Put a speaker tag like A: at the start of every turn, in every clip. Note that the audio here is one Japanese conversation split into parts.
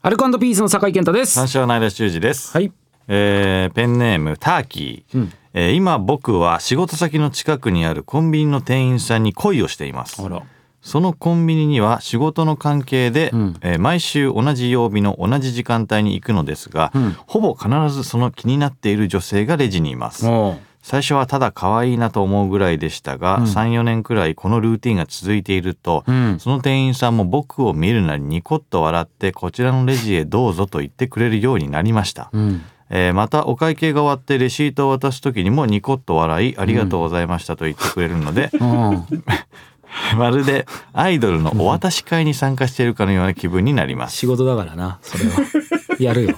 A: アルコピースの酒井健太です。
B: 三章の間修二です、
A: はい。
B: えーペンネームターキー、えー今僕は仕事先の近くにあるコンビニの店員さんに恋をしています
A: あら。
B: そのコンビニには仕事の関係で、
A: ん
B: えー毎週同じ曜日の同じ時間帯に行くのですが、
A: うん
B: ほぼ必ずその気になっている女性がレジにいます
A: お
B: 最初はただ可愛いなと思うぐらいでしたが、
A: うん
B: 34年くらいこのルーティンが続いていると、
A: うん。
B: その店員さんも僕を見るなりニコッと笑ってこちらのレジへどうぞと言ってくれるようになりました、
A: うん。
B: えーまたお会計が終わってレシートを渡す時にもニコッと笑いありがとうございましたと言ってくれるので、
A: うん。
B: まるでアイドルのお渡し会に参加しているかのような気分になります
A: 仕事だからな、それは。 やるよ。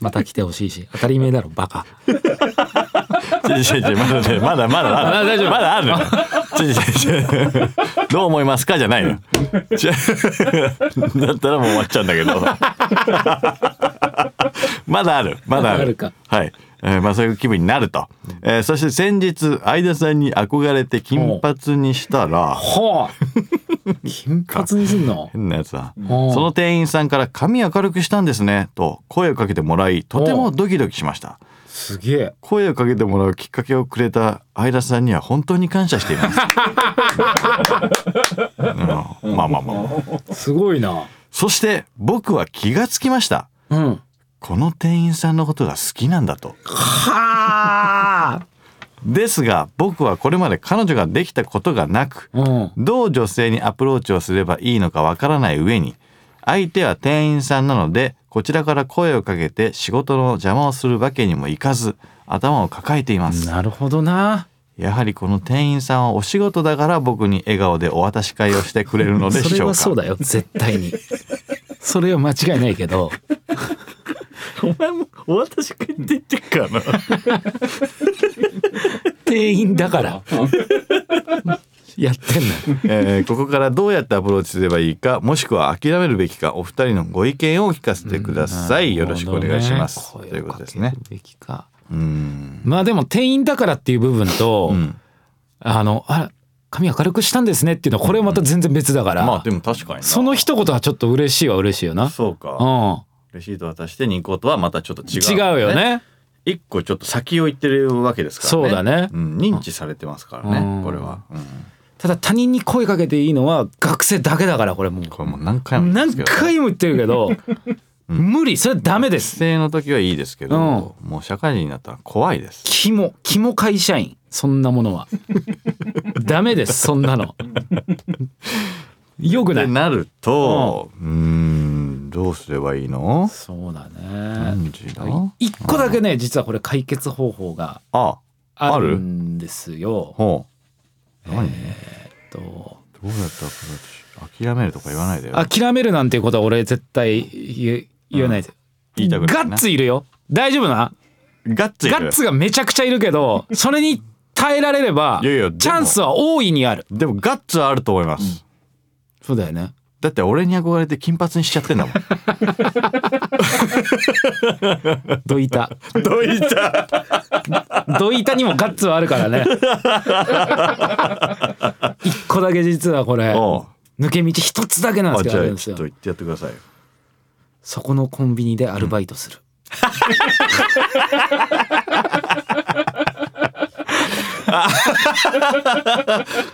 A: また来てほしいし、当たり前だろ、バカ。
B: 違う違う違うまだねまだまだあ
A: あ
B: る
A: 大丈夫
B: まだあるの違う違う違うどう思いますかじゃないの違う だったらもう終わっちゃうんだけどまだあるまだある
A: まだあるか
B: はい、えーまあそういう気分になると、えーそして先日相田さんに憧れて金髪にしたら
A: ほう。金髪にすんの。
B: 変なやつだ
A: おう
B: その店員さんから「髪明るくしたんですね」と声をかけてもらいとてもドキドキしました
A: すげえ。
B: 声をかけてもらうきっかけをくれた相田さんには本当に感謝しています。うんまあまあまあ。
A: すごいな。
B: そして僕は気がつきました。
A: うん。は
B: この店員さんのことが好きなんだと。
A: あ。
B: ですが僕はこれまで彼女ができたことがなく、
A: うん。
B: どう女性にアプローチをすればいいのかわからない上に、相手は店員さんなので、こちらから声をかけて仕事の邪魔をするわけにもいかず、頭を抱えています。
A: なるほどな。
B: やはりこの店員さんはお仕事だから僕に笑顔でお渡し会をしてくれるのでしょう
A: そ
B: か
A: れはそうだよ、絶対に。それは間違いないけど。
B: お前もお渡し会って言ってっからな
A: 店員だから。やってんの。
B: えーここからどうやってアプローチすればいいかもしくは諦めるべきかお二人のご意見を聞かせてください、よろしくお願いします、
A: なるほどね
B: ということですね。
A: 声をかけるべきか
B: うん
A: まあでも店員だからっていう部分と、
B: うん
A: あのあら髪明るくしたんですねっていうのはこれまた全然別だから、
B: まあでも確かにな
A: その一言はちょっと嬉しいは嬉しいよな。
B: そう
A: う
B: か
A: ん、
B: レシート渡してニコとはまたちょっと違う、
A: 違うよね。
B: 一個ちょっと先を行ってるわけですからね
A: そうだね
B: ん認知されてますからね、
A: うん
B: これは、うん
A: ただ他人に声かけていいのは学生だけだからこれもう
B: これもう何回も言ってま
A: 何
B: すけどね
A: 回も言ってるけ ど、無理それはダメで
B: 学
A: す。
B: 生の時はいいですけど、もう社会人になったら怖いです。
A: 肝肝会社員そんなもの はダメですそんなの。よく
B: っ
A: な
B: て
A: い。
B: なると、うーん、どうすればいいの？
A: そうだ
B: 何
A: ね。
B: 時だ？あ
A: 一個だけね実はこれ解決方法があ
B: ある
A: るんですよ。
B: ほう。何？
A: と
B: どうやったら諦めるとか言わないでよ。
A: 諦めるなんていうことは俺絶対言え言わないで、
B: 言いたくないな
A: ガッツいるよ大丈夫な
B: ガッツいる
A: ガッツがめちゃくちゃいるけ どそれに耐えられれば
B: いやいやでも
A: チャンスは大いにある
B: でもガッツはあると思います。
A: そうだよね
B: だって俺に憧れて金髪にしちゃってんだ もん。
A: どい た
B: どういった？
A: どいたにもガッツはあるから ね一個だけ実はこれ
B: おう
A: 抜け道一つだけなんで
B: あ
A: すけ
B: じ
A: どあ
B: ゃ
A: るん
B: あ
A: です
B: ちょ
A: よ
B: っと言ってやってくださいよ。
A: そこのコンビニでアルバイトする、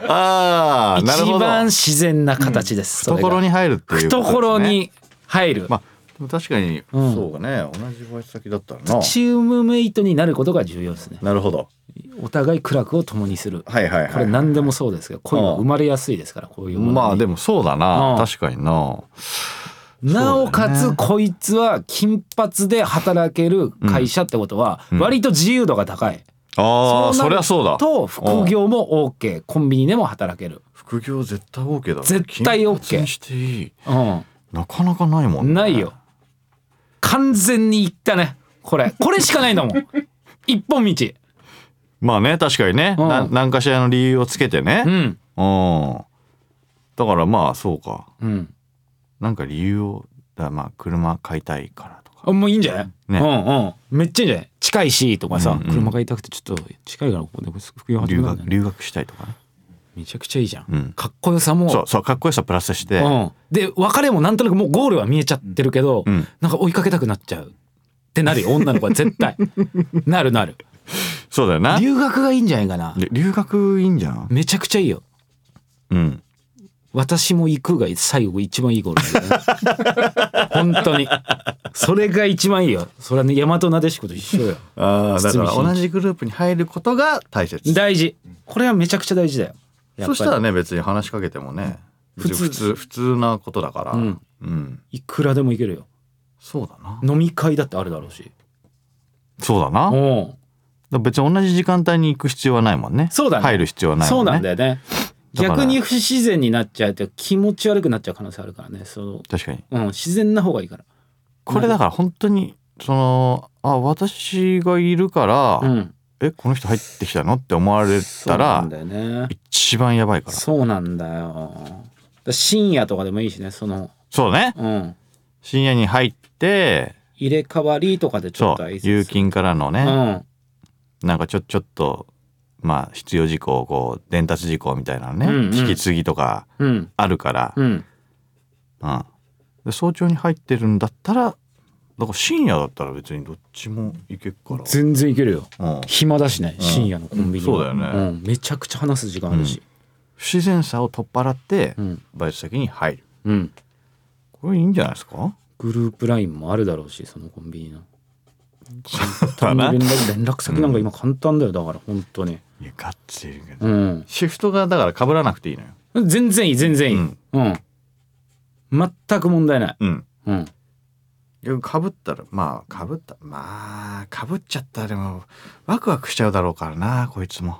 B: ああ、なる
A: 一
B: ほど。
A: 番自然な形です、それが
B: 懐に入るっていうことですね。
A: 懐に入る、
B: まあでも確かに
A: うん
B: そうかね、同じバイト先だったらな。
A: チームメイトになることが重要ですね
B: なるほど。
A: お互い苦楽を共にする
B: はいはいはい。
A: これ何でもそうですけど恋は
B: うん
A: 生まれやすいですからこういうものに
B: まあでもそうだ
A: う
B: な。
A: ん
B: 確かにな。
A: なおか
B: そうだ
A: つ
B: ね
A: こいつは金髪で働ける会社ってことは
B: うん
A: 割と自由度が高い、
B: あ
A: そうな
B: あ、
A: る
B: そりゃそうだ。
A: と副業も OK コンビニでも働ける、
B: 副業絶対 OK だ。
A: 絶対 OK
B: 金髪にしていい。
A: うん
B: なかなかないもんね。
A: ないよ。完全にいったねこれこれしかないんだも ん一本道
B: まあね、確かにね。
A: うん
B: な何かしらの理由をつけてね
A: う。ん
B: うん。だからまあそうか。
A: うん
B: なんか理由を、だまあ車買いたいからとか。
A: あもういいんじゃない
B: ね
A: うんうんめっちゃいいんじゃない近いしとかさ、
B: うんうん
A: 車買いたくてちょっと近いからここで服用始
B: 留
A: めたん
B: 学
A: だよね
B: 留学したいとかね。
A: めちゃくちゃいいじゃん、
B: うん
A: かっこよさも
B: そうそうかっこよさプラスして、
A: うん、で別れもなんとなくもうゴールは見えちゃってるけど、
B: うん
A: なんか追いかけたくなっちゃうってなるよ 女の子は絶対なるなる
B: そうだよな
A: 留学がいいんじゃないかな
B: り留学いいんじゃん
A: めちゃくちゃいいよ
B: うん
A: 私も行くが最後一番いいゴールだよ ね本当にそれが一番いいよそれはね大和なでしこと一緒よ
B: あ
A: ーだから
B: 同じグループに入ることが大切
A: 大事これはめちゃくちゃ大事だよやっぱり
B: そしたらね別に話しかけてもね
A: 普通
B: 普通普通普通なことだから、
A: うん
B: うん
A: いくらでも行けるよ
B: そうだな
A: 飲み会だってあるだろうし
B: そうだなだか
A: うん
B: ら別に同じ時間帯に行く必要はないもんね
A: そうだね
B: 入る必要はないもんね
A: そうなんだよね
B: だから
A: 逆に不自然になっちゃうと気持ち悪くなっちゃう可能性あるからねそ
B: 確かに
A: の、うん、自然な方がいいから
B: これだから本当にそのあ私がいるから、
A: うん
B: えこの人入ってきたのって思われ
A: そう
B: た
A: な
B: ら
A: んだよね
B: 一番やばいから
A: そうなんだよだから深夜とかでもいいしねその
B: そうね
A: うん
B: 深夜に入って
A: 入れ替わりとかでちょ
B: そ
A: っと
B: う
A: 挨拶
B: 有金からの
A: う
B: ね、
A: ん
B: なんかちょちょっとまあ必要事項こう伝達事項みたいなのね、
A: うんうん
B: 引き継ぎとか
A: うん
B: あるから、
A: うん
B: うんで早朝に入ってるんだったらだから深夜だったら別にどっちも行けっから、
A: 全然いけるよ
B: うん
A: 暇だしね
B: うん
A: 深夜のコンビニは
B: そうだよね
A: うん、めちゃくちゃ話す時間あるし
B: 不自然さを取っ払って、
A: うん
B: バイト先に入る
A: うん、
B: これいいんじゃないですか
A: グループラインもあるだろうしそのコンビニの
B: だ
A: 連
B: な
A: 絡連絡先なんか今簡単だよだから本当に
B: いやがっつりいるけど、
A: うん
B: シフトがだから被らなくていいのよ
A: 全然いい全然いい、う
B: うんん
A: 全く問題ない、
B: うん
A: うん、
B: かぶったらまあかぶったまあかぶっちゃったらでもワクワクしちゃうだろうからなこいつも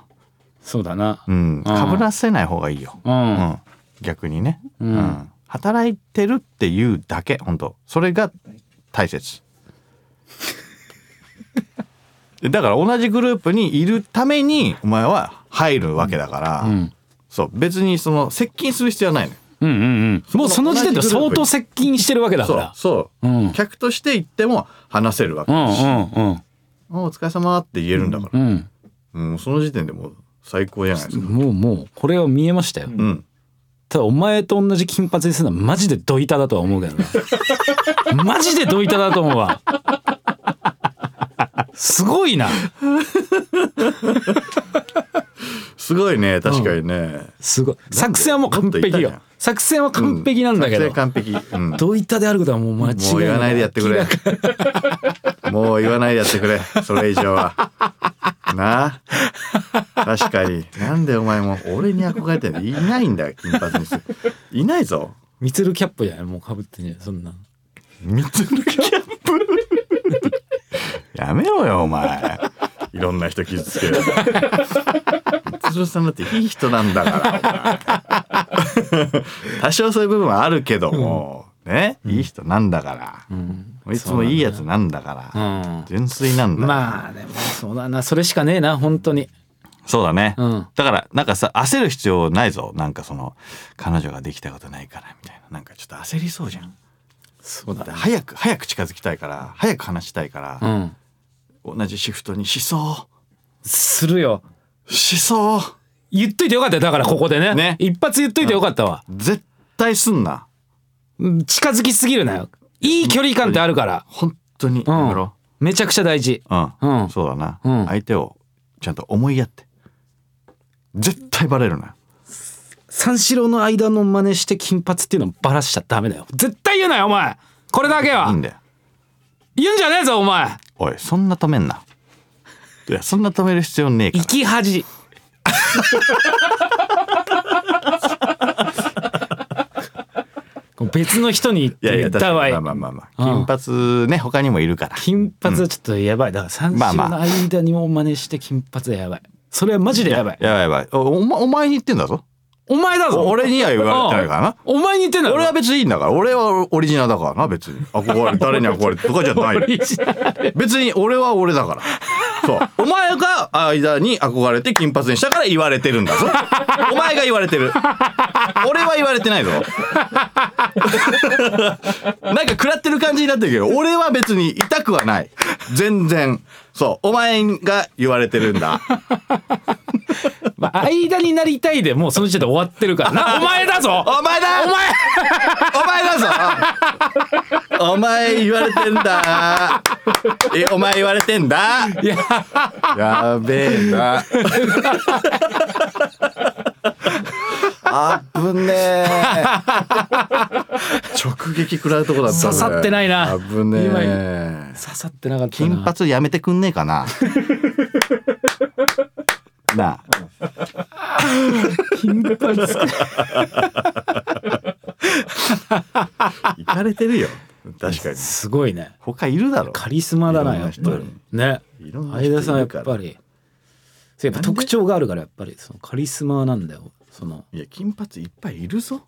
A: そうだな
B: うん
A: あ
B: か
A: あ
B: ぶらせない方がいいよ、
A: うん、
B: うん、逆にね、
A: うん
B: 働いてるっていうだけ本当それが大切 だから同じグループにいるためにお前は入るわけだから、
A: うん
B: そう別にその接近する必要はないのよ
A: うんうんうんもうその時点で相当接近してるわけだか
B: そう
A: ら
B: そうう、
A: んうん
B: 客として行っても話せるわけ
A: う
B: だし、
A: んうん
B: お疲れ様って言えるんだから、
A: うん
B: もうその時点でもう最高じゃないですか。
A: もうもうこれは見えましたよ、
B: うん。
A: ただお前と同じ金髪にするのはマジでドイタだとは思うけどなマジでドイタだと思うわすごいな
B: すごいね、確かにね。
A: すごい作戦はもう完璧よ作戦は完璧なんだけど、
B: うん完璧完璧。うんも
A: ドイタであることはもう間違いないう
B: 言わないでやってくれ。もう言わないでやってくれ。それ以上は。なあ。確かに。なんでお前も俺に憧れてんのいないんだよ、金髪にする。いないぞ。
A: ミツルキャップじゃないもうかぶってんじゃないそんな
B: ミツルキャップ。やめろよ、お前。いろんな人傷つける。ミツルさんだっていい人なんだからお前。多少そういう部分はあるけども、ね、いい人なんだから。
A: うん
B: いつもいいやつなんだから。
A: うん
B: 純粋なんだ。
A: まあでもそうだなそれしかねえな本当に
B: そうだね。
A: うん
B: だからなんかさ焦る必要ないぞなんかその彼女ができたことないからみたいななんかちょっと焦りそうじゃん
A: そうだ
B: だ
A: ね
B: 早く早く近づきたいから早く話したいから、
A: うん
B: 同じシフトにしそ
A: するよ
B: うしそう
A: 言っといてよかったよだからここでね
B: ね
A: 一発言っといてよかったわ、
B: 絶対すんな
A: うん近づきすぎるなよいい距離感ってあるから
B: 本当に
A: うん
B: やめろ
A: めちゃくちゃ大事
B: うん、
A: うん
B: そうだな、
A: うん
B: 相手をちゃんと思いやって絶対バレるな
A: 三四郎の間の真似して金髪っていうのをバラしちゃダメだよ絶対言うなよお前これだけ
B: いい
A: は
B: んだよ
A: 言うんじゃねえぞお前
B: おいそんな止めんないやそんな止める必要ねえから
A: 生き 恥別の人に
B: いやい
A: 言
B: や
A: っ
B: 確か
A: た
B: に
A: 場合
B: まあまあまあまあ、
A: うん
B: 金髪ね他にもいるから
A: 金髪はちょっとやばいだから三
B: まあ
A: 種
B: ま
A: の
B: あ
A: 間にも真似して金髪はやばいそれはマジでやばい
B: やばいやばいおお前お前に言ってんだぞ
A: お前だぞ
B: お俺には言われてないから な
A: お前に言ってんだろ
B: 俺は別にいいんだから俺はオリジナルだからな別に憧れ誰に憧れてとかじゃないよ
A: 俺一緒
B: 別に俺は俺だから。そう。お前が間に憧れて金髪にしたから言われてるんだぞ。お前が言われてる。俺は言われてないぞ。なんか食らってる感じになってるけど、俺は別に痛くはない。全然。そう。お前が言われてるんだ。
A: まあ、間になりたいでもうその時点で終わってるからなお前だぞ
B: お前だ
A: お前
B: お前だぞお前言われてんだ えお前言われてんだ
A: いや
B: やべ えなあぶねえ直撃食らうとこだったね
A: 刺さってないな
B: あぶねえ
A: 刺さってなかったな
B: 金髪やめてくんねえ かななあ
A: 金髪
B: 行かれてるよ確かに
A: すごいね
B: 他いるだろ
A: カリスマだない
B: ろん
A: や
B: な
A: っぱりね
B: 人いるいろんな人い
A: 相
B: る
A: 田さんやっ
B: から
A: ぱりそうやっぱ特徴があるからやっぱりそのカリスマなんだよその
B: いや金髪いっぱいい るぞ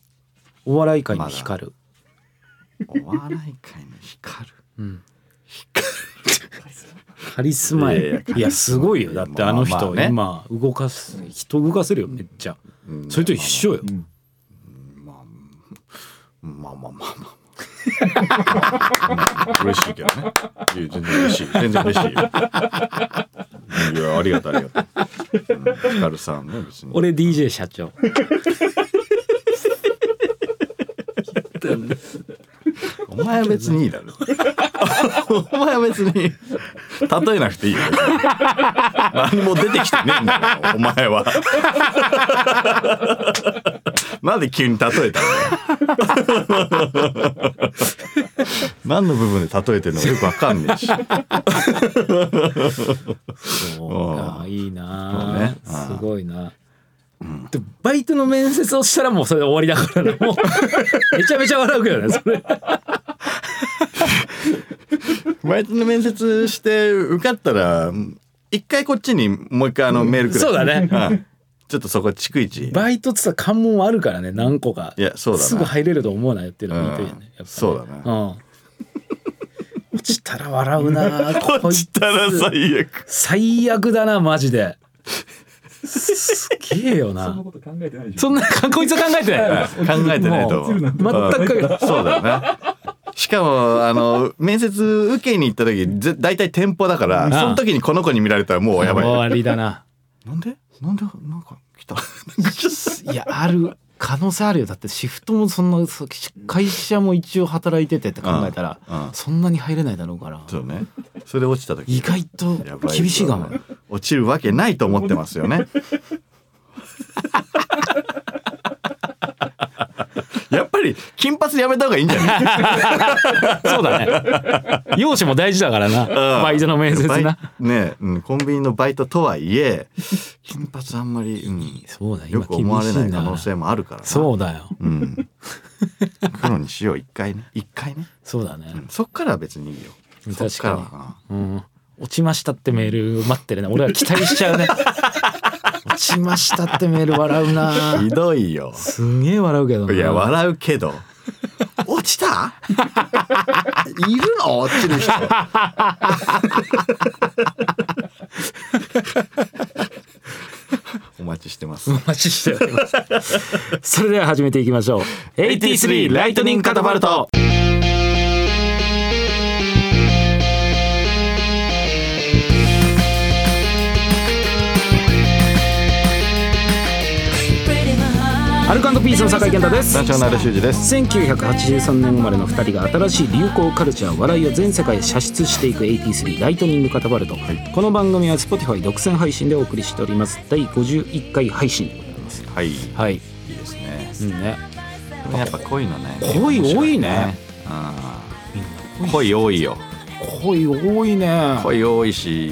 A: お笑い界に光る、
B: お笑い界の光る
A: うん、カリスマや
B: いやいや
A: いやすごいよだってあの
B: まあ
A: 人
B: ま
A: 今
B: あ
A: 動かす人動かせるよめっちゃ
B: うん
A: それと一緒よ
B: まあまあまあまあ まあ。嬉しいけどね。いや全然嬉しい。全然嬉しいよ。いや、ありがとう、ありがとう。うんヒカルさんね、別に。
A: 俺 DJ 社長
B: お前は別にいいだろ。お前は別に。例えなくていいよ。別に何も出てきてねえんだよ、お前は。なんで急に例えたの何の部分で例えてるのかよくわかんねえし。
A: そうかいいな、
B: ね
A: すごいな、でバイトの面接をしたらもうそれで終わりだからねも うめちゃめちゃ笑うけどねそれ
B: バイトの面接して受かったら一回こっちにもう一回あのメールくれ、
A: そうだね
B: うんちょっとそこ逐一
A: バイトってさ関門あるからね何個か
B: いやそうだな
A: すぐ入れると思うなよっていうのも言いたいよね、やっぱ
B: うん
A: ね
B: そうだ
A: う
B: な
A: ん、落ちたら笑うな
B: こっちたら
A: こいつ
B: 最悪
A: 最悪だなマジですげえよ
C: そんな
A: な
C: こと考えてないでしょ
A: そんなこいつは考えてない
B: 考えてないと思う
A: 全く
B: うんそうだよなしかもあの面接受けに行った時ぜ大体店舗だから
A: ん
B: その時にこの子に見られたらもうやば
A: 終
B: い
A: わりだな
B: なんでなんでなんか来た
A: いやある可能性あるよだってシフトもそんなそ会社も一応働いててって考えたら、
B: うんうん
A: そんなに入れないだろうから
B: そうねそれで落ちた時
A: 意外と
B: やば
A: 厳しいかも
B: ですよ落ちるわけないと思ってます よねやっぱり金髪やめた方がいいんじゃない
A: そうだね容姿も大事だからな バイトの面接
B: バイ
A: な
B: ね、うん、コンビニのバイトとはいえ金髪あんまり、うん、
A: そうだよ
B: よ
A: 今
B: く思わ
A: 厳し
B: れ
A: い
B: ない
A: ん
B: 可
A: だか
B: 能
A: ら
B: 性もあるからな
A: そうだよ
B: う、ん、黒にしよう一回ね一回ね、
A: そうだね
B: うん、そっからは別にいいよ
A: 確かに
B: そっからは
A: うん落ちましたってメール待ってるね俺は期待しちゃ うね落ちましたってメール笑う
B: うん
A: な
B: ひどいよ
A: すんげえ笑うけどない
B: や笑うけど落ちた いるの落ちる人 お待ちしてます
A: お待ちしておりますそれでは始めていきましょう83ライトニングカタパルトアルカンドピースの酒井健太です
B: ナチョナル修二です
A: 1983年生まれの2人が新しい流行カルチャー笑いを全世界へ射出していく83ライトニングカタパルト、この番組は Spotify 独占配信でお送りしております第51回配信でございます
B: はいいい
A: はい、
B: ですね
A: うんね
B: でもやっぱ濃いのね
A: 恋多いね
B: うん濃い多いよ
A: 恋多いね
B: 濃い多いし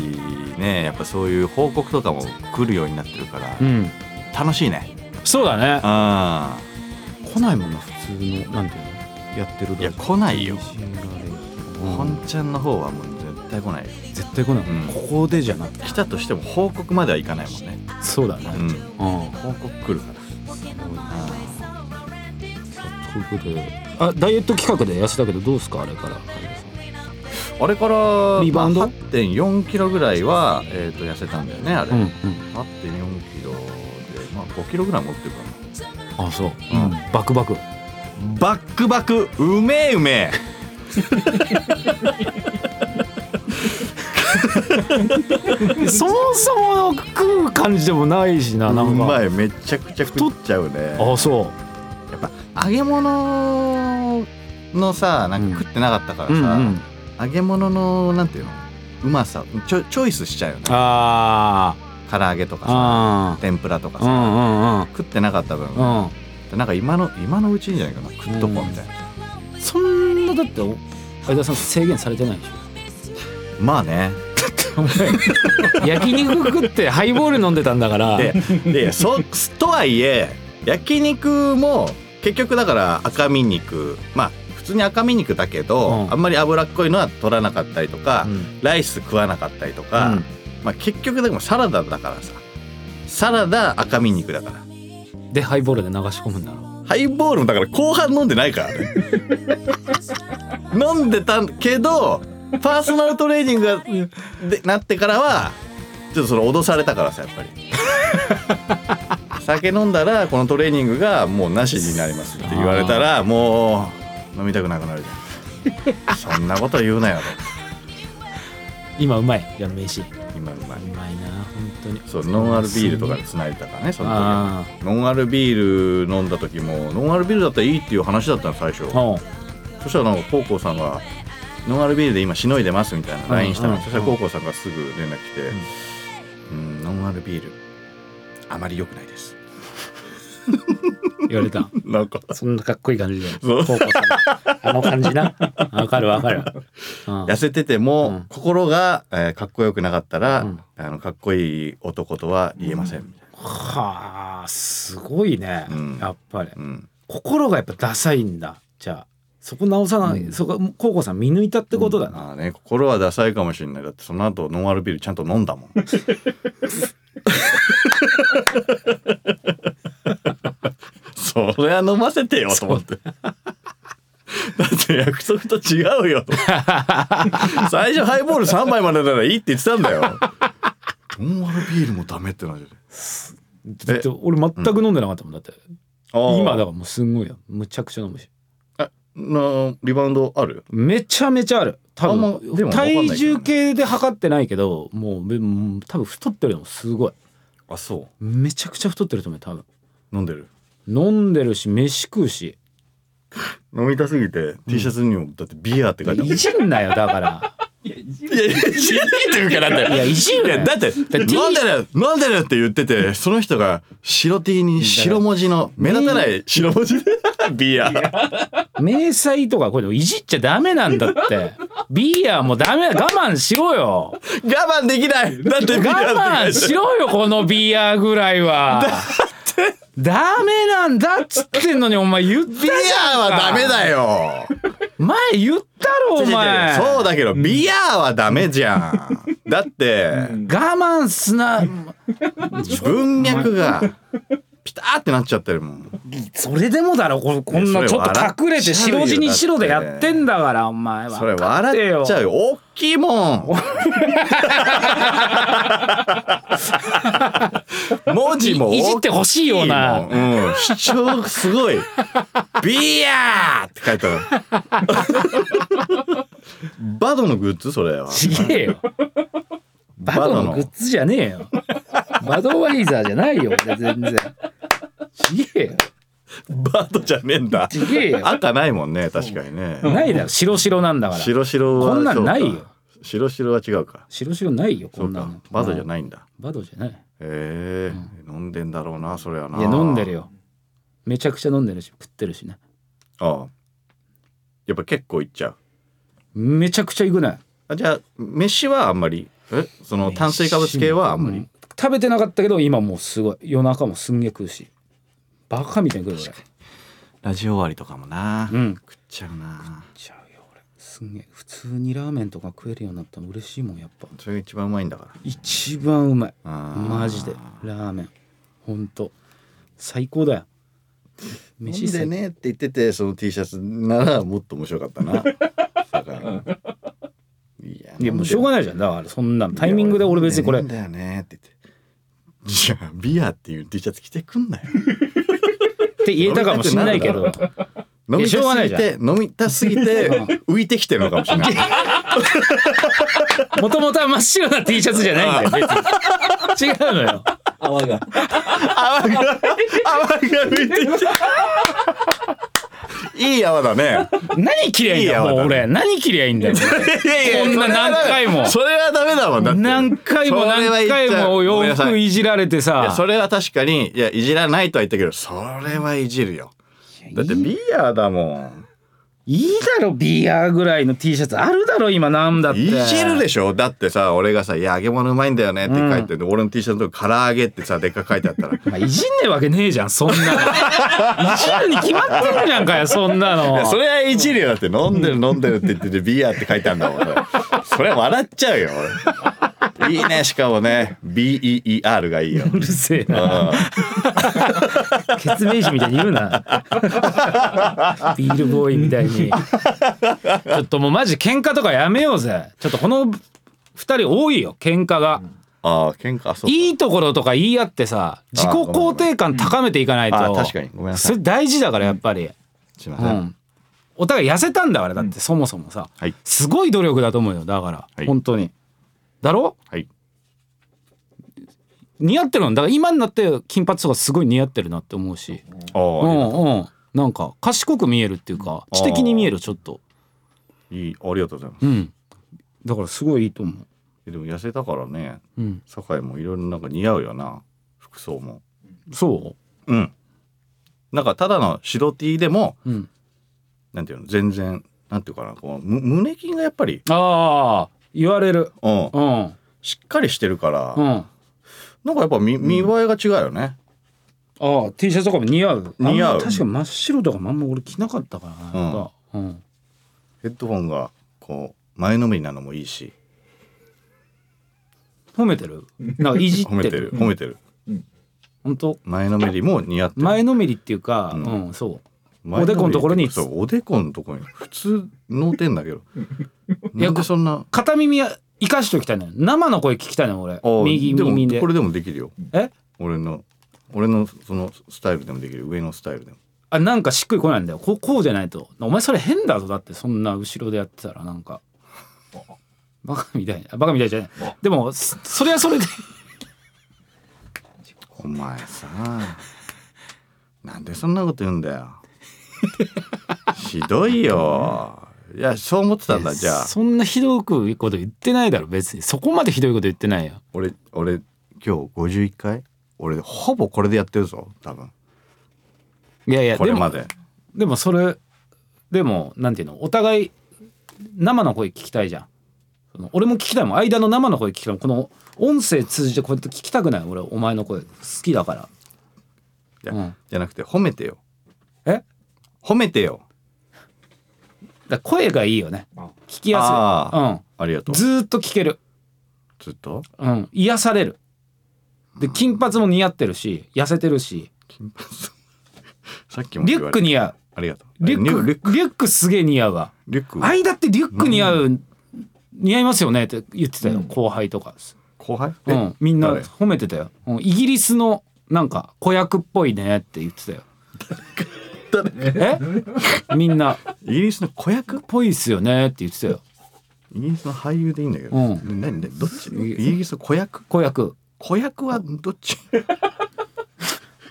B: ねやっぱそういう報告とかも来るようになってるから
A: うん
B: 楽しいね
A: そうだね
B: あ
A: 来ないもんな普通のなんていうのやってる
B: いや来ないよ
A: シンガーレイ
B: あ本ちゃんの方はもう絶対来ないよ
A: 絶対来ない、
B: うん
A: ここでじゃなくて
B: 来たとしても報告まではいかないもんね
A: そうだね
B: う
A: う
B: ん
A: ん
B: 報告来るから
A: ということであダイエット企画で痩せたけどどうですかあれから
B: あれから
A: リバウンド
B: まあ8.4キロぐらいは、えー、と痩せたんだよねあれ、
A: うんうん
B: 8.4キロで、まあ、5キロぐらい持ってるか
A: あそう、
B: うん
A: バクバク
B: なバックバクうめえうめえ
A: そもそも食う感じでもないしなな
B: うんま
A: か
B: いめちゃくちゃ太っちゃうね
A: あそ
B: やっぱ揚げ物のさなんか食ってなかったから
A: う
B: さ、
A: うんうん
B: 揚げ物のなんていうのうまさちょチョイスしちゃうよね
A: あー
B: 唐揚げとかさ
A: あ
B: 天ぷらとか
A: ーう
B: さ、
A: んうんうん
B: 食ってなかった分、
A: うん
B: なんか今の今のうちにじゃないかな食っとこうみたいな、
A: そんなだってお相田さん制限されてないでし
B: まあね
A: ょ焼肉食ってハイボール飲んでたんだから
B: ででそとはいえ焼肉も結局だから赤身肉まあ普通に赤身肉だけど、
A: うん
B: あんまり脂っこいのは取らなかったりとか、
A: うん
B: ライス食わなかったりと
A: う
B: か、
A: ん
B: まあ、結局でもサラダだからさサラダ赤身肉だから
A: でハイボールで流し込むんだろ
B: ハイボールもだから後半飲んでないからね 飲んでたけどパーソナルトレーニングがでなってからはちょっとその脅されたからさやっぱり 酒飲んだらこのトレーニングがもうなしになりますって言われたらもう飲みたくなくなるじゃんそんなこと言うなよ
A: 今うまいじゃあ飯う
B: と今うまい
A: まいな本当に
B: そうノンアルビールとかでつないでたからねその時は
A: あ
B: ノンアルビール飲んだ時もノンアルビールだったらいいっていう話だったの最初
A: あうん
B: そしたらなんか高校さんが「ノンアルビールで今しのいでます」みたいな LINE したの、
A: うん
B: そしたら高校さんがすぐ連絡来て「うん、ノンアルビールあまり良くないです
A: 言われ た」
B: なんか
A: そんなかっこいい感じで
B: そう
A: 高校さんあの感じなわかるわかる、うん
B: 痩せてても、心が、えーかっこよくなかったら、
A: うん
B: あのかっこいい男とは言えません、みたい
A: はあすごいね、
B: うん
A: やっぱり
B: な、うん、
A: 心がやっぱダサいんだじゃあそこ直さない、
B: うん
A: そこ高校さん見抜いたってことだな、
B: まあね心はダサいかもしれないだってその後ノンアルビールちゃんと飲ん だもんそりゃ飲ませてよと思ってだって約束と違う よと最初ハイボール3杯までならいいって言ってたんだよノンアルビールもダメってなっちゃって
A: だって俺全く飲んでなかったもんだって、今だか
B: だ
A: らもうすんごいよむちゃくちゃ飲むし
B: なリバウンドある
A: めちゃめちゃある多
B: あんまで
A: 分
B: もわかんないけどね
A: 体重計で測ってないけどもうめもう多分太ってるのすごい
B: あそ
A: めちゃくちゃ太ってると思うよ多分
B: う飲んでる
A: 飲んでるし飯食うし
B: 飲みたすぎて T シャツにもだってビアって書いてあ
A: い
B: る
A: じんなよだから
B: いやいや知らないというかなんだよ
A: いやいじん
B: い
A: な
B: や
A: よ
B: だって飲んでる
A: T-
B: 飲んでるって言っててその人が白 T に白文字の目立たない白文字で ビア
A: 迷彩とかこれいじっちゃダメなんだってビーヤーもダメだ我慢しろよ
B: 我慢できないだってビア
A: 我慢しろよこのビーヤーぐらいはダメなんだっつってんのにお前言った
B: ビ
A: じゃ
B: ア
A: ん
B: は
A: か
B: ダメだよ
A: 前言ったろお前
B: そうだけどビアはダメじゃんだって
A: 我慢すな
B: 文脈がピターってなっちゃってるもん
A: それでもだろここんなちょっと隠れて白地に白でやってんだからお前は
B: それ笑っちゃうよ大きいも ん文字も大きい
A: いじってほしいような
B: もんうん、主張が すごい「ビアー!」って書いてあるバドのグッズそれは
A: ちげえよバドのグッズじゃねえよバドワイザーじゃないよ俺全然ちげえよ
B: バドじゃねえんだ
A: ちげえよ
B: 赤ないもんね確かにね
A: ないだろ白白なんだから
B: 白白は
A: こんなん
B: そうか
A: ないよ
B: 白白は違うか
A: 白白ないよ
B: そ
A: こ
B: うん
A: な
B: か
A: の
B: バドじゃないいんだ
A: バドじゃない
B: へえ、飲んでんだろうなそれはない
A: いや飲んでるよめちゃくちゃ飲んでるし食ってるしね
B: ああやっぱ結構いっちゃう
A: めちゃくちゃいくない
B: あじゃあ飯はあんまりえその炭水化物系はあんまり
A: 食べてなかったけど今もうすごい夜中もすんげえ食うしバカみたいに食うよ俺
B: ラジオ終わりとかもな、
A: うん
B: 食っちゃうな
A: ちゃうよ俺すんげえ普通にラーメンとか食えるようになったの嬉しいもんやっぱ
B: それが一番うまいんだから
A: 一番うまい
B: あー
A: マジでラーメンほんと最高だよ
B: 飯
A: 飯
B: で
A: 最
B: ねって言っててその T シャツならもっと面白かっ たなだからいや
A: いやもうしょうが
B: ない
A: ないじゃんだからそんなのタイミングで俺別にこれ
B: だよねって言ってじゃあビアっていう T シャツ着てくんなよ
A: って言えたかもしんないけど
B: 飲み
A: しょうがな
B: た
A: い
B: す
A: じ
B: ぎ
A: ゃん
B: て飲みたすぎて 浮いてきてるのかもしれない
A: もともとは真っ白な T シャツじゃないん だよ別に違うのよ
C: 泡が
B: 泡が泡が浮いてきて いい泡だね
A: 何着りゃいいんだよ
B: いいよ
A: もう俺何着りゃいいん だよこんな何回も
B: それはダメだもんだって
A: 何回も
B: それは
A: 何
B: 言っちゃ
A: 回
B: う
A: も
B: ごめん
A: 洋
B: なさい
A: 服いじられて
B: いや
A: さ
B: それは確かにいやいじらないとは言ったけどそれはいじるよだってビアだもん
A: いいだろビアぐらいの T シャツあるだろ今なんだって
B: いじるでしょだってさ俺がさ「いや揚げ物うまいんだよね」って書いて、で俺の T シャツのとこ「唐揚げ」ってさでっかく書いてあったらい
A: まあ、いじんねえわけねえじゃんそんなのいじるに決まってるじゃんかよそんなの
B: やそれはいじるよだって飲んでる飲んでるって言っててビアって書いてあるんだもん 俺それは笑っちゃうよ俺いいねしかもね BEER がいいよ
A: うるせえな血明詞みたいに言う なビールボーイみたいにちょっともうマジ喧嘩とかやめようぜちょっとこの二人多いよ喧嘩が、
B: ああ喧嘩あそう
A: いいところとか言い合ってさ自己肯定感高めていかないと、
B: あ確かにごめんなさい
A: それ大事だからやっぱり、
B: すいま
A: う
B: せん、
A: ん、お互い痩せたんだからだって、そもそもさ、
B: はい
A: すごい努力だと思うよだから、
B: はい
A: 本当にだろ
B: はい
A: 似合ってるのだから今になって金髪とかすごい似合ってるなって思うし
B: あ
A: う
B: ー
A: んうんなんか賢く見えるっていうか知的に見えるちょっと
B: いいありがとうございます
A: うんだからすごいいいと思う
B: えでも痩せたからね
A: うん
B: 酒井もいろいろなんか似合うよな服装も
A: そ
B: うんなんかただの白 T でも
A: ううん
B: なんていうの全然なんていうかなこうむ胸筋がやっぱり、
A: ああ言われる
B: うん、
A: うん
B: しっかりしてるから、
A: うんあ
B: なんかやっぱ見見栄えが違うよね、
A: あ T シャツとかも似合う
B: 似合う
A: あんま確かに真っ白とかもあんま俺着なかったからななんかうん
B: ヘッドホンがこう前のめりなのもいいし
A: 褒めてるなんかいじって
B: 褒めてる褒めてる
A: 本当
B: 前のめりも似合ってる
A: 前のめりっていうかう
B: うん
A: ん、そう
B: 前
A: おでこのところに
B: めりっていうかそうおでこのところに普通のうてんだけ どなんでそんな
A: 片耳は生かしておきたいのよ生の声聞きたいのよ
B: あ
A: 俺
B: ー
A: 右
B: でも
A: 耳で
B: これでもできるよ
A: え
B: 俺の俺のそのスタイルでもできる上のスタイルでも
A: あなんかしっくりこないんだよこうこうじゃないとお前それ変だぞだってそんな後ろでやってたらなんかバカみたいなバカみたいじゃないでもそそれはそれで
B: お前さなんでそんなこと言うんだよひどいよいやそう思ってたんだじゃあ
A: そんなひどくいこと言ってないだろ別にそこまでひどいこと言ってないよ
B: 俺俺今日51回俺ほぼこれでやってるぞ多分
A: いやいや
B: こ
A: で
B: れま
A: も
B: で
A: でもそれでもなんていうのお互い生の声聞きたいじゃんその俺も聞きたいもん間の生の声聞きたいもんこの音声通じてこうやって聞きたくない俺お前の声好きだから
B: じゃ,、
A: うん
B: じゃなくて褒めてよ
A: え
B: 褒めてよ
A: だから声がいいよね
C: あ
A: 聞きや
B: あ
A: すい、うん、
B: ありがとう
A: ずーっと聞ける
B: ずっと
A: うん、癒される。で金髪も似合ってるし痩せてるし
B: 金髪さっきも
A: リ
B: 言
A: ュ
B: わ
A: ッ
B: れた
A: ク似合う
B: ありがとう
A: リュック
B: リュック
A: リュックすげえ似合うわ
B: リュック
A: 間ってリュック似合う、似合いますよねって言ってたよ、
C: うん
A: 後輩とか、
B: 後輩
A: う
B: え
A: ん、みんな
B: 誰
A: 褒めてたよ、うんイギリスのなんか子役っぽいねって言ってたよえみんな
B: イギリスの子役
A: ぽいっすよねって言ってたよ
B: イギリスの俳優でいいんだけど、
A: うん
B: 何何どっち
A: イギ
B: イギリスの子役
A: 子役
B: 子役はどっち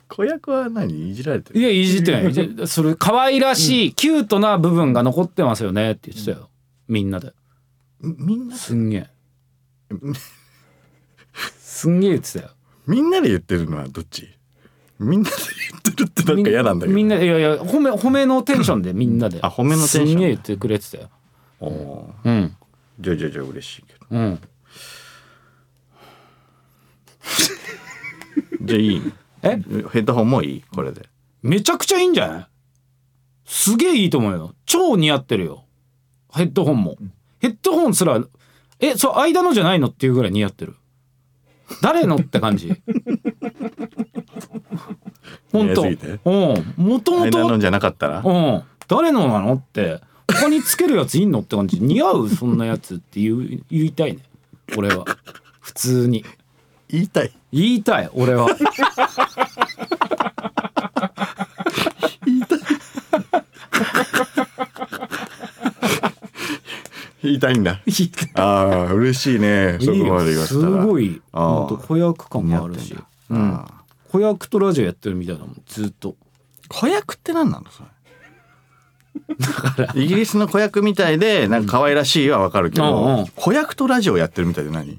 B: 子役は何いじられて
A: い
B: る
A: やいじってないいじそれ可愛らしい、キュートな部分が残ってますよねって言ってたよみんなで
B: みんな
A: すんげえ。 すんげえ言ってたよ。
B: みんなで言ってるのはどっちみんなで言ってるってなんか嫌なんだけど
A: みんないやいや褒め褒めのテンションでみんなで。
B: あ褒めのテンション
A: すんげえ言ってくれてたよ。
B: おー
A: うん
B: じゃあじゃあじゃあ嬉しいけど
A: うん。
B: じゃあい い
A: え
B: ヘッドホンもいいこれで
A: めちゃくちゃいいんじゃない？すげえいいと思うよ。超似合ってるよ。ヘッドホンも。ヘッドホンすらえそう間のじゃないのっていうぐらい似合ってる。誰のって感 じ。本当。
B: 似合
A: う
B: いすぎて
A: ん。もとも
B: 間
A: と
B: のじゃなかったら
A: うん、誰のなのって他につけるやついんのって感じ似合うそんなやつって言う言いたいね俺は普通に
B: 言いたい
A: 言いたい俺は
B: 言いたいんだ。
A: いいね
B: ああ、嬉しいね。そこまで言わせ
A: す
B: たら。
A: ごい
B: あー
A: ほんと子役感
B: 似
A: も
B: 合
A: あ
B: っ
A: る
B: てん
A: し
B: だ。
A: うん
B: あ
A: 子役とラジオやってるみたいだもんずっと
B: ー子役って何なのそれ。イギリスの子役みたいでなんか可愛らしいはわかるけど、
A: うんうん
B: 子役とラジオやってるみたいで何
A: い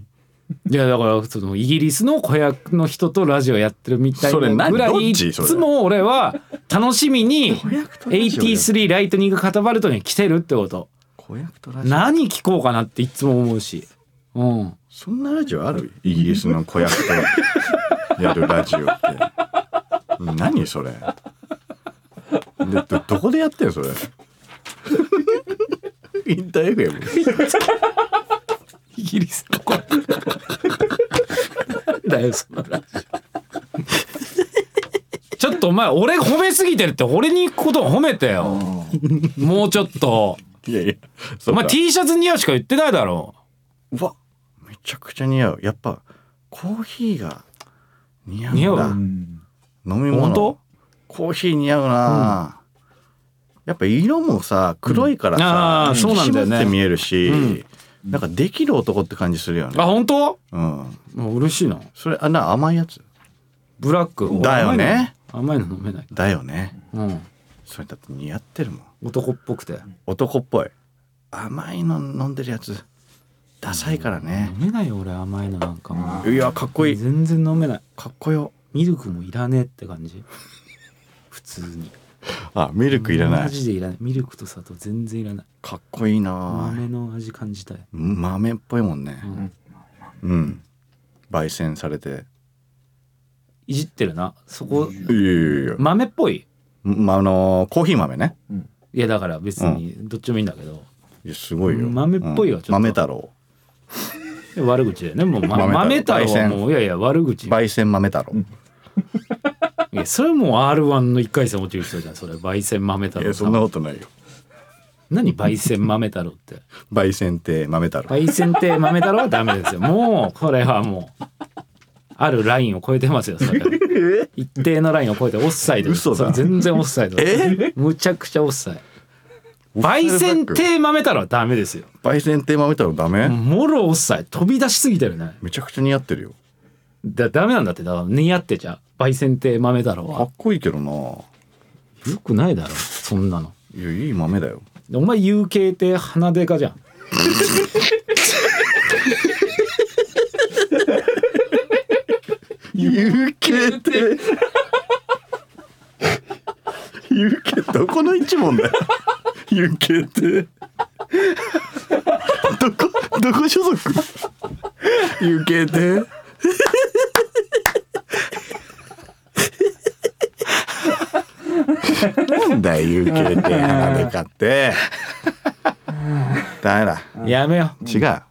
A: やだからそのイギリスの子役の人とラジオやってるみたい
B: それ
A: な
B: 何
A: ぐら
B: ど
A: い
B: っ
A: い
B: ちそれ
A: つも俺は楽しみ に
B: 役と
A: 83ライトニングカタパルトに来てるってこと
B: 子役とラジオ
A: 何聞こうかなっていつも思うしうん
B: そんなラジオあるイギリスの子役とやるラジオって何それでどどこでやってんのそれインター FM
A: イギリスの子役だよそのラジオちょっとお前俺褒めすぎてるって俺に行くことを褒めてよもうちょっと
B: いやいやそ
A: お
B: うか
A: 前 T シャツ似合うしか言ってないだろ
B: うわめちゃくちゃ似合うやっぱコーヒーが似合うんだ
A: 似合う
B: 飲み物
A: 本当
B: コーヒー似合うな、やっぱ色もさ黒いから
A: うんあー
B: さ、
A: そうなんだよね
B: 引き締まって見えるし、
A: うん
B: なんかできる男って感じするよね
A: あ本当
B: うん
A: あ嬉しいな
B: それあな甘いやつ
A: ブラック
B: だよね
A: 甘いの飲めない、
B: だよね
A: うん、
B: それだって似合ってるもん
A: 男っぽくて
B: 男っぽい甘いの飲んでるやつダサいからね
A: 飲、めないよ俺甘いのなんかもう
B: いやかっこいい
A: 全然飲めない
B: かっこよ
A: ミルクもいらねえって感じ普通に
B: あミルクいらな
A: マ
B: い
A: ジでいらないミルクと砂糖全然いらない
B: かっこいいな
A: 豆の味感じたい、
B: 豆っぽいもんね
A: うん
B: うん焙煎されて
A: いじってるなそこ
B: いやいやいや
A: 豆っぽい
B: まあのコーヒー豆ね
A: いやだから別にどっちもいいんだけど、
B: いやすごいよ
A: 豆っぽいよ
B: うん
A: ちょっと
B: 豆太郎
A: 悪口だよねもう、ま、豆
B: 豆太
A: 太
B: 郎
A: 郎はもういやいや悪口
B: 焙煎豆太郎
A: いやそれもう r 1の一回戦落ちる人じゃんそれ焙煎豆太
B: い
A: 郎
B: やそんなことないよ
A: 何焙煎豆太郎って
B: 焙煎って豆太郎
A: 焙煎って豆太郎はダメですよもうこれはもうあるラインを超えてますよそ れ一定のラインを超えてオフサイドです
B: 嘘だ
A: それ全然オフサイドえむちゃくちゃオフサイド焙煎って豆太郎はダメですよ
B: 焙煎って豆太郎ダメ
A: もろオフサイド飛び出しすぎてるね
B: めちゃくちゃ似合ってるよ
A: だダメなんだってだから似合ってちゃう焙煎って豆太郎
B: か
A: は
B: っこいいけどな
A: よくないだろそんなの
B: いやいい豆だよ
A: でお前 UK って鼻でかじゃん
B: 有形って有形どこの一問だよ有形ってどこどこ所属有形ってなんだよ有形って花でかってダメだ
A: やめよ
B: 違う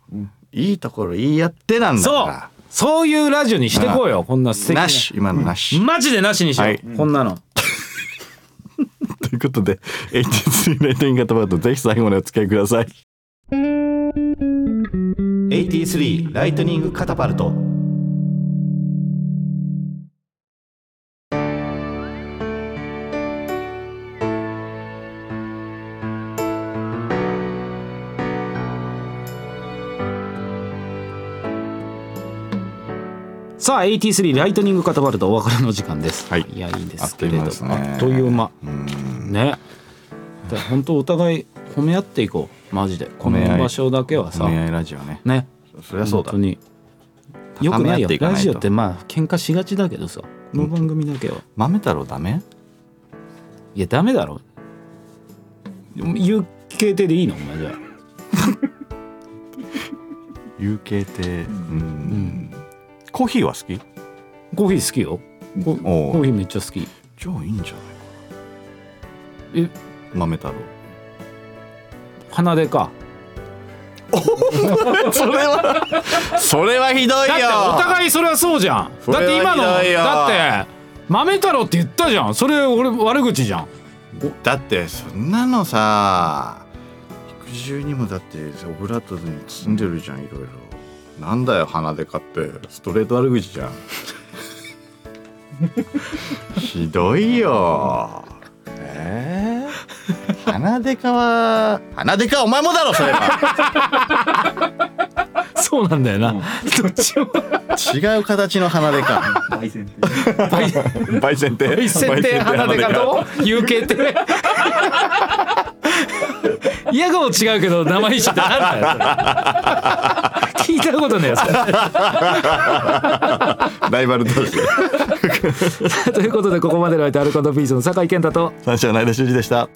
B: いいところ言い合ってなんだ
A: そう
B: か
A: そういうラジオにしてこうよこんな素
B: ら
A: 敵
B: なし今のなし、
A: マジでなしにしよう、
B: はい
A: こんなの
B: ということで83ライトニング型パートぜひ最後までお付き合いください83ライトニングカタパルト
A: さあ83ライトニングカタパルトお別れの時間です、
B: はい
A: やいいですけれど
B: あっという間ですね
A: あっという間
B: うん
A: ねで本当お互い褒め合っていこうマジでこ
B: 褒め合い
A: の場所だけはさ
B: 恋
A: ね
B: 愛ラジオねそりゃそう
A: 本
B: だ
A: 当によくないよ
B: 高め合っていかない
A: ラ
B: と
A: ジオってまあ喧嘩しがちだけどさこの番組だけは、
B: 豆太郎ダメ
A: いやダメだろ有形態でいいのお前じゃあ
B: 有形ってうんコーヒーは好き
A: コーヒー好きよコ
B: おう
A: コーヒーめっちゃ好き
B: じゃあいいんじゃない
A: え
B: 豆太郎
A: 鼻でか
B: それはそれはひどい
A: だってお互いそれはそうじゃん
B: そ
A: だっ
B: れは
A: て今の
B: ひどいよ
A: だって豆太郎って言ったじゃんそれ俺悪口じゃん
B: だってそんなのさ肉汁にもだってオブラートに包んでるじゃんいろいろなんだよ鼻で買ってストレート悪口じ ゃんひどいよええ鼻でかは鼻でかお前もだろそれは
A: そうなんだよな、
C: うん
A: どっちも
B: 違う形の鼻でか
C: 大前提
B: 焙煎って
A: 一線で鼻でかと有形って いや顔違うけど生意気ってなんだよそ れ聞いたことねえよそれ
B: ライバル同 士
A: ということでここまでの相手アルコピースの酒井健太と
B: 三者の間修二でした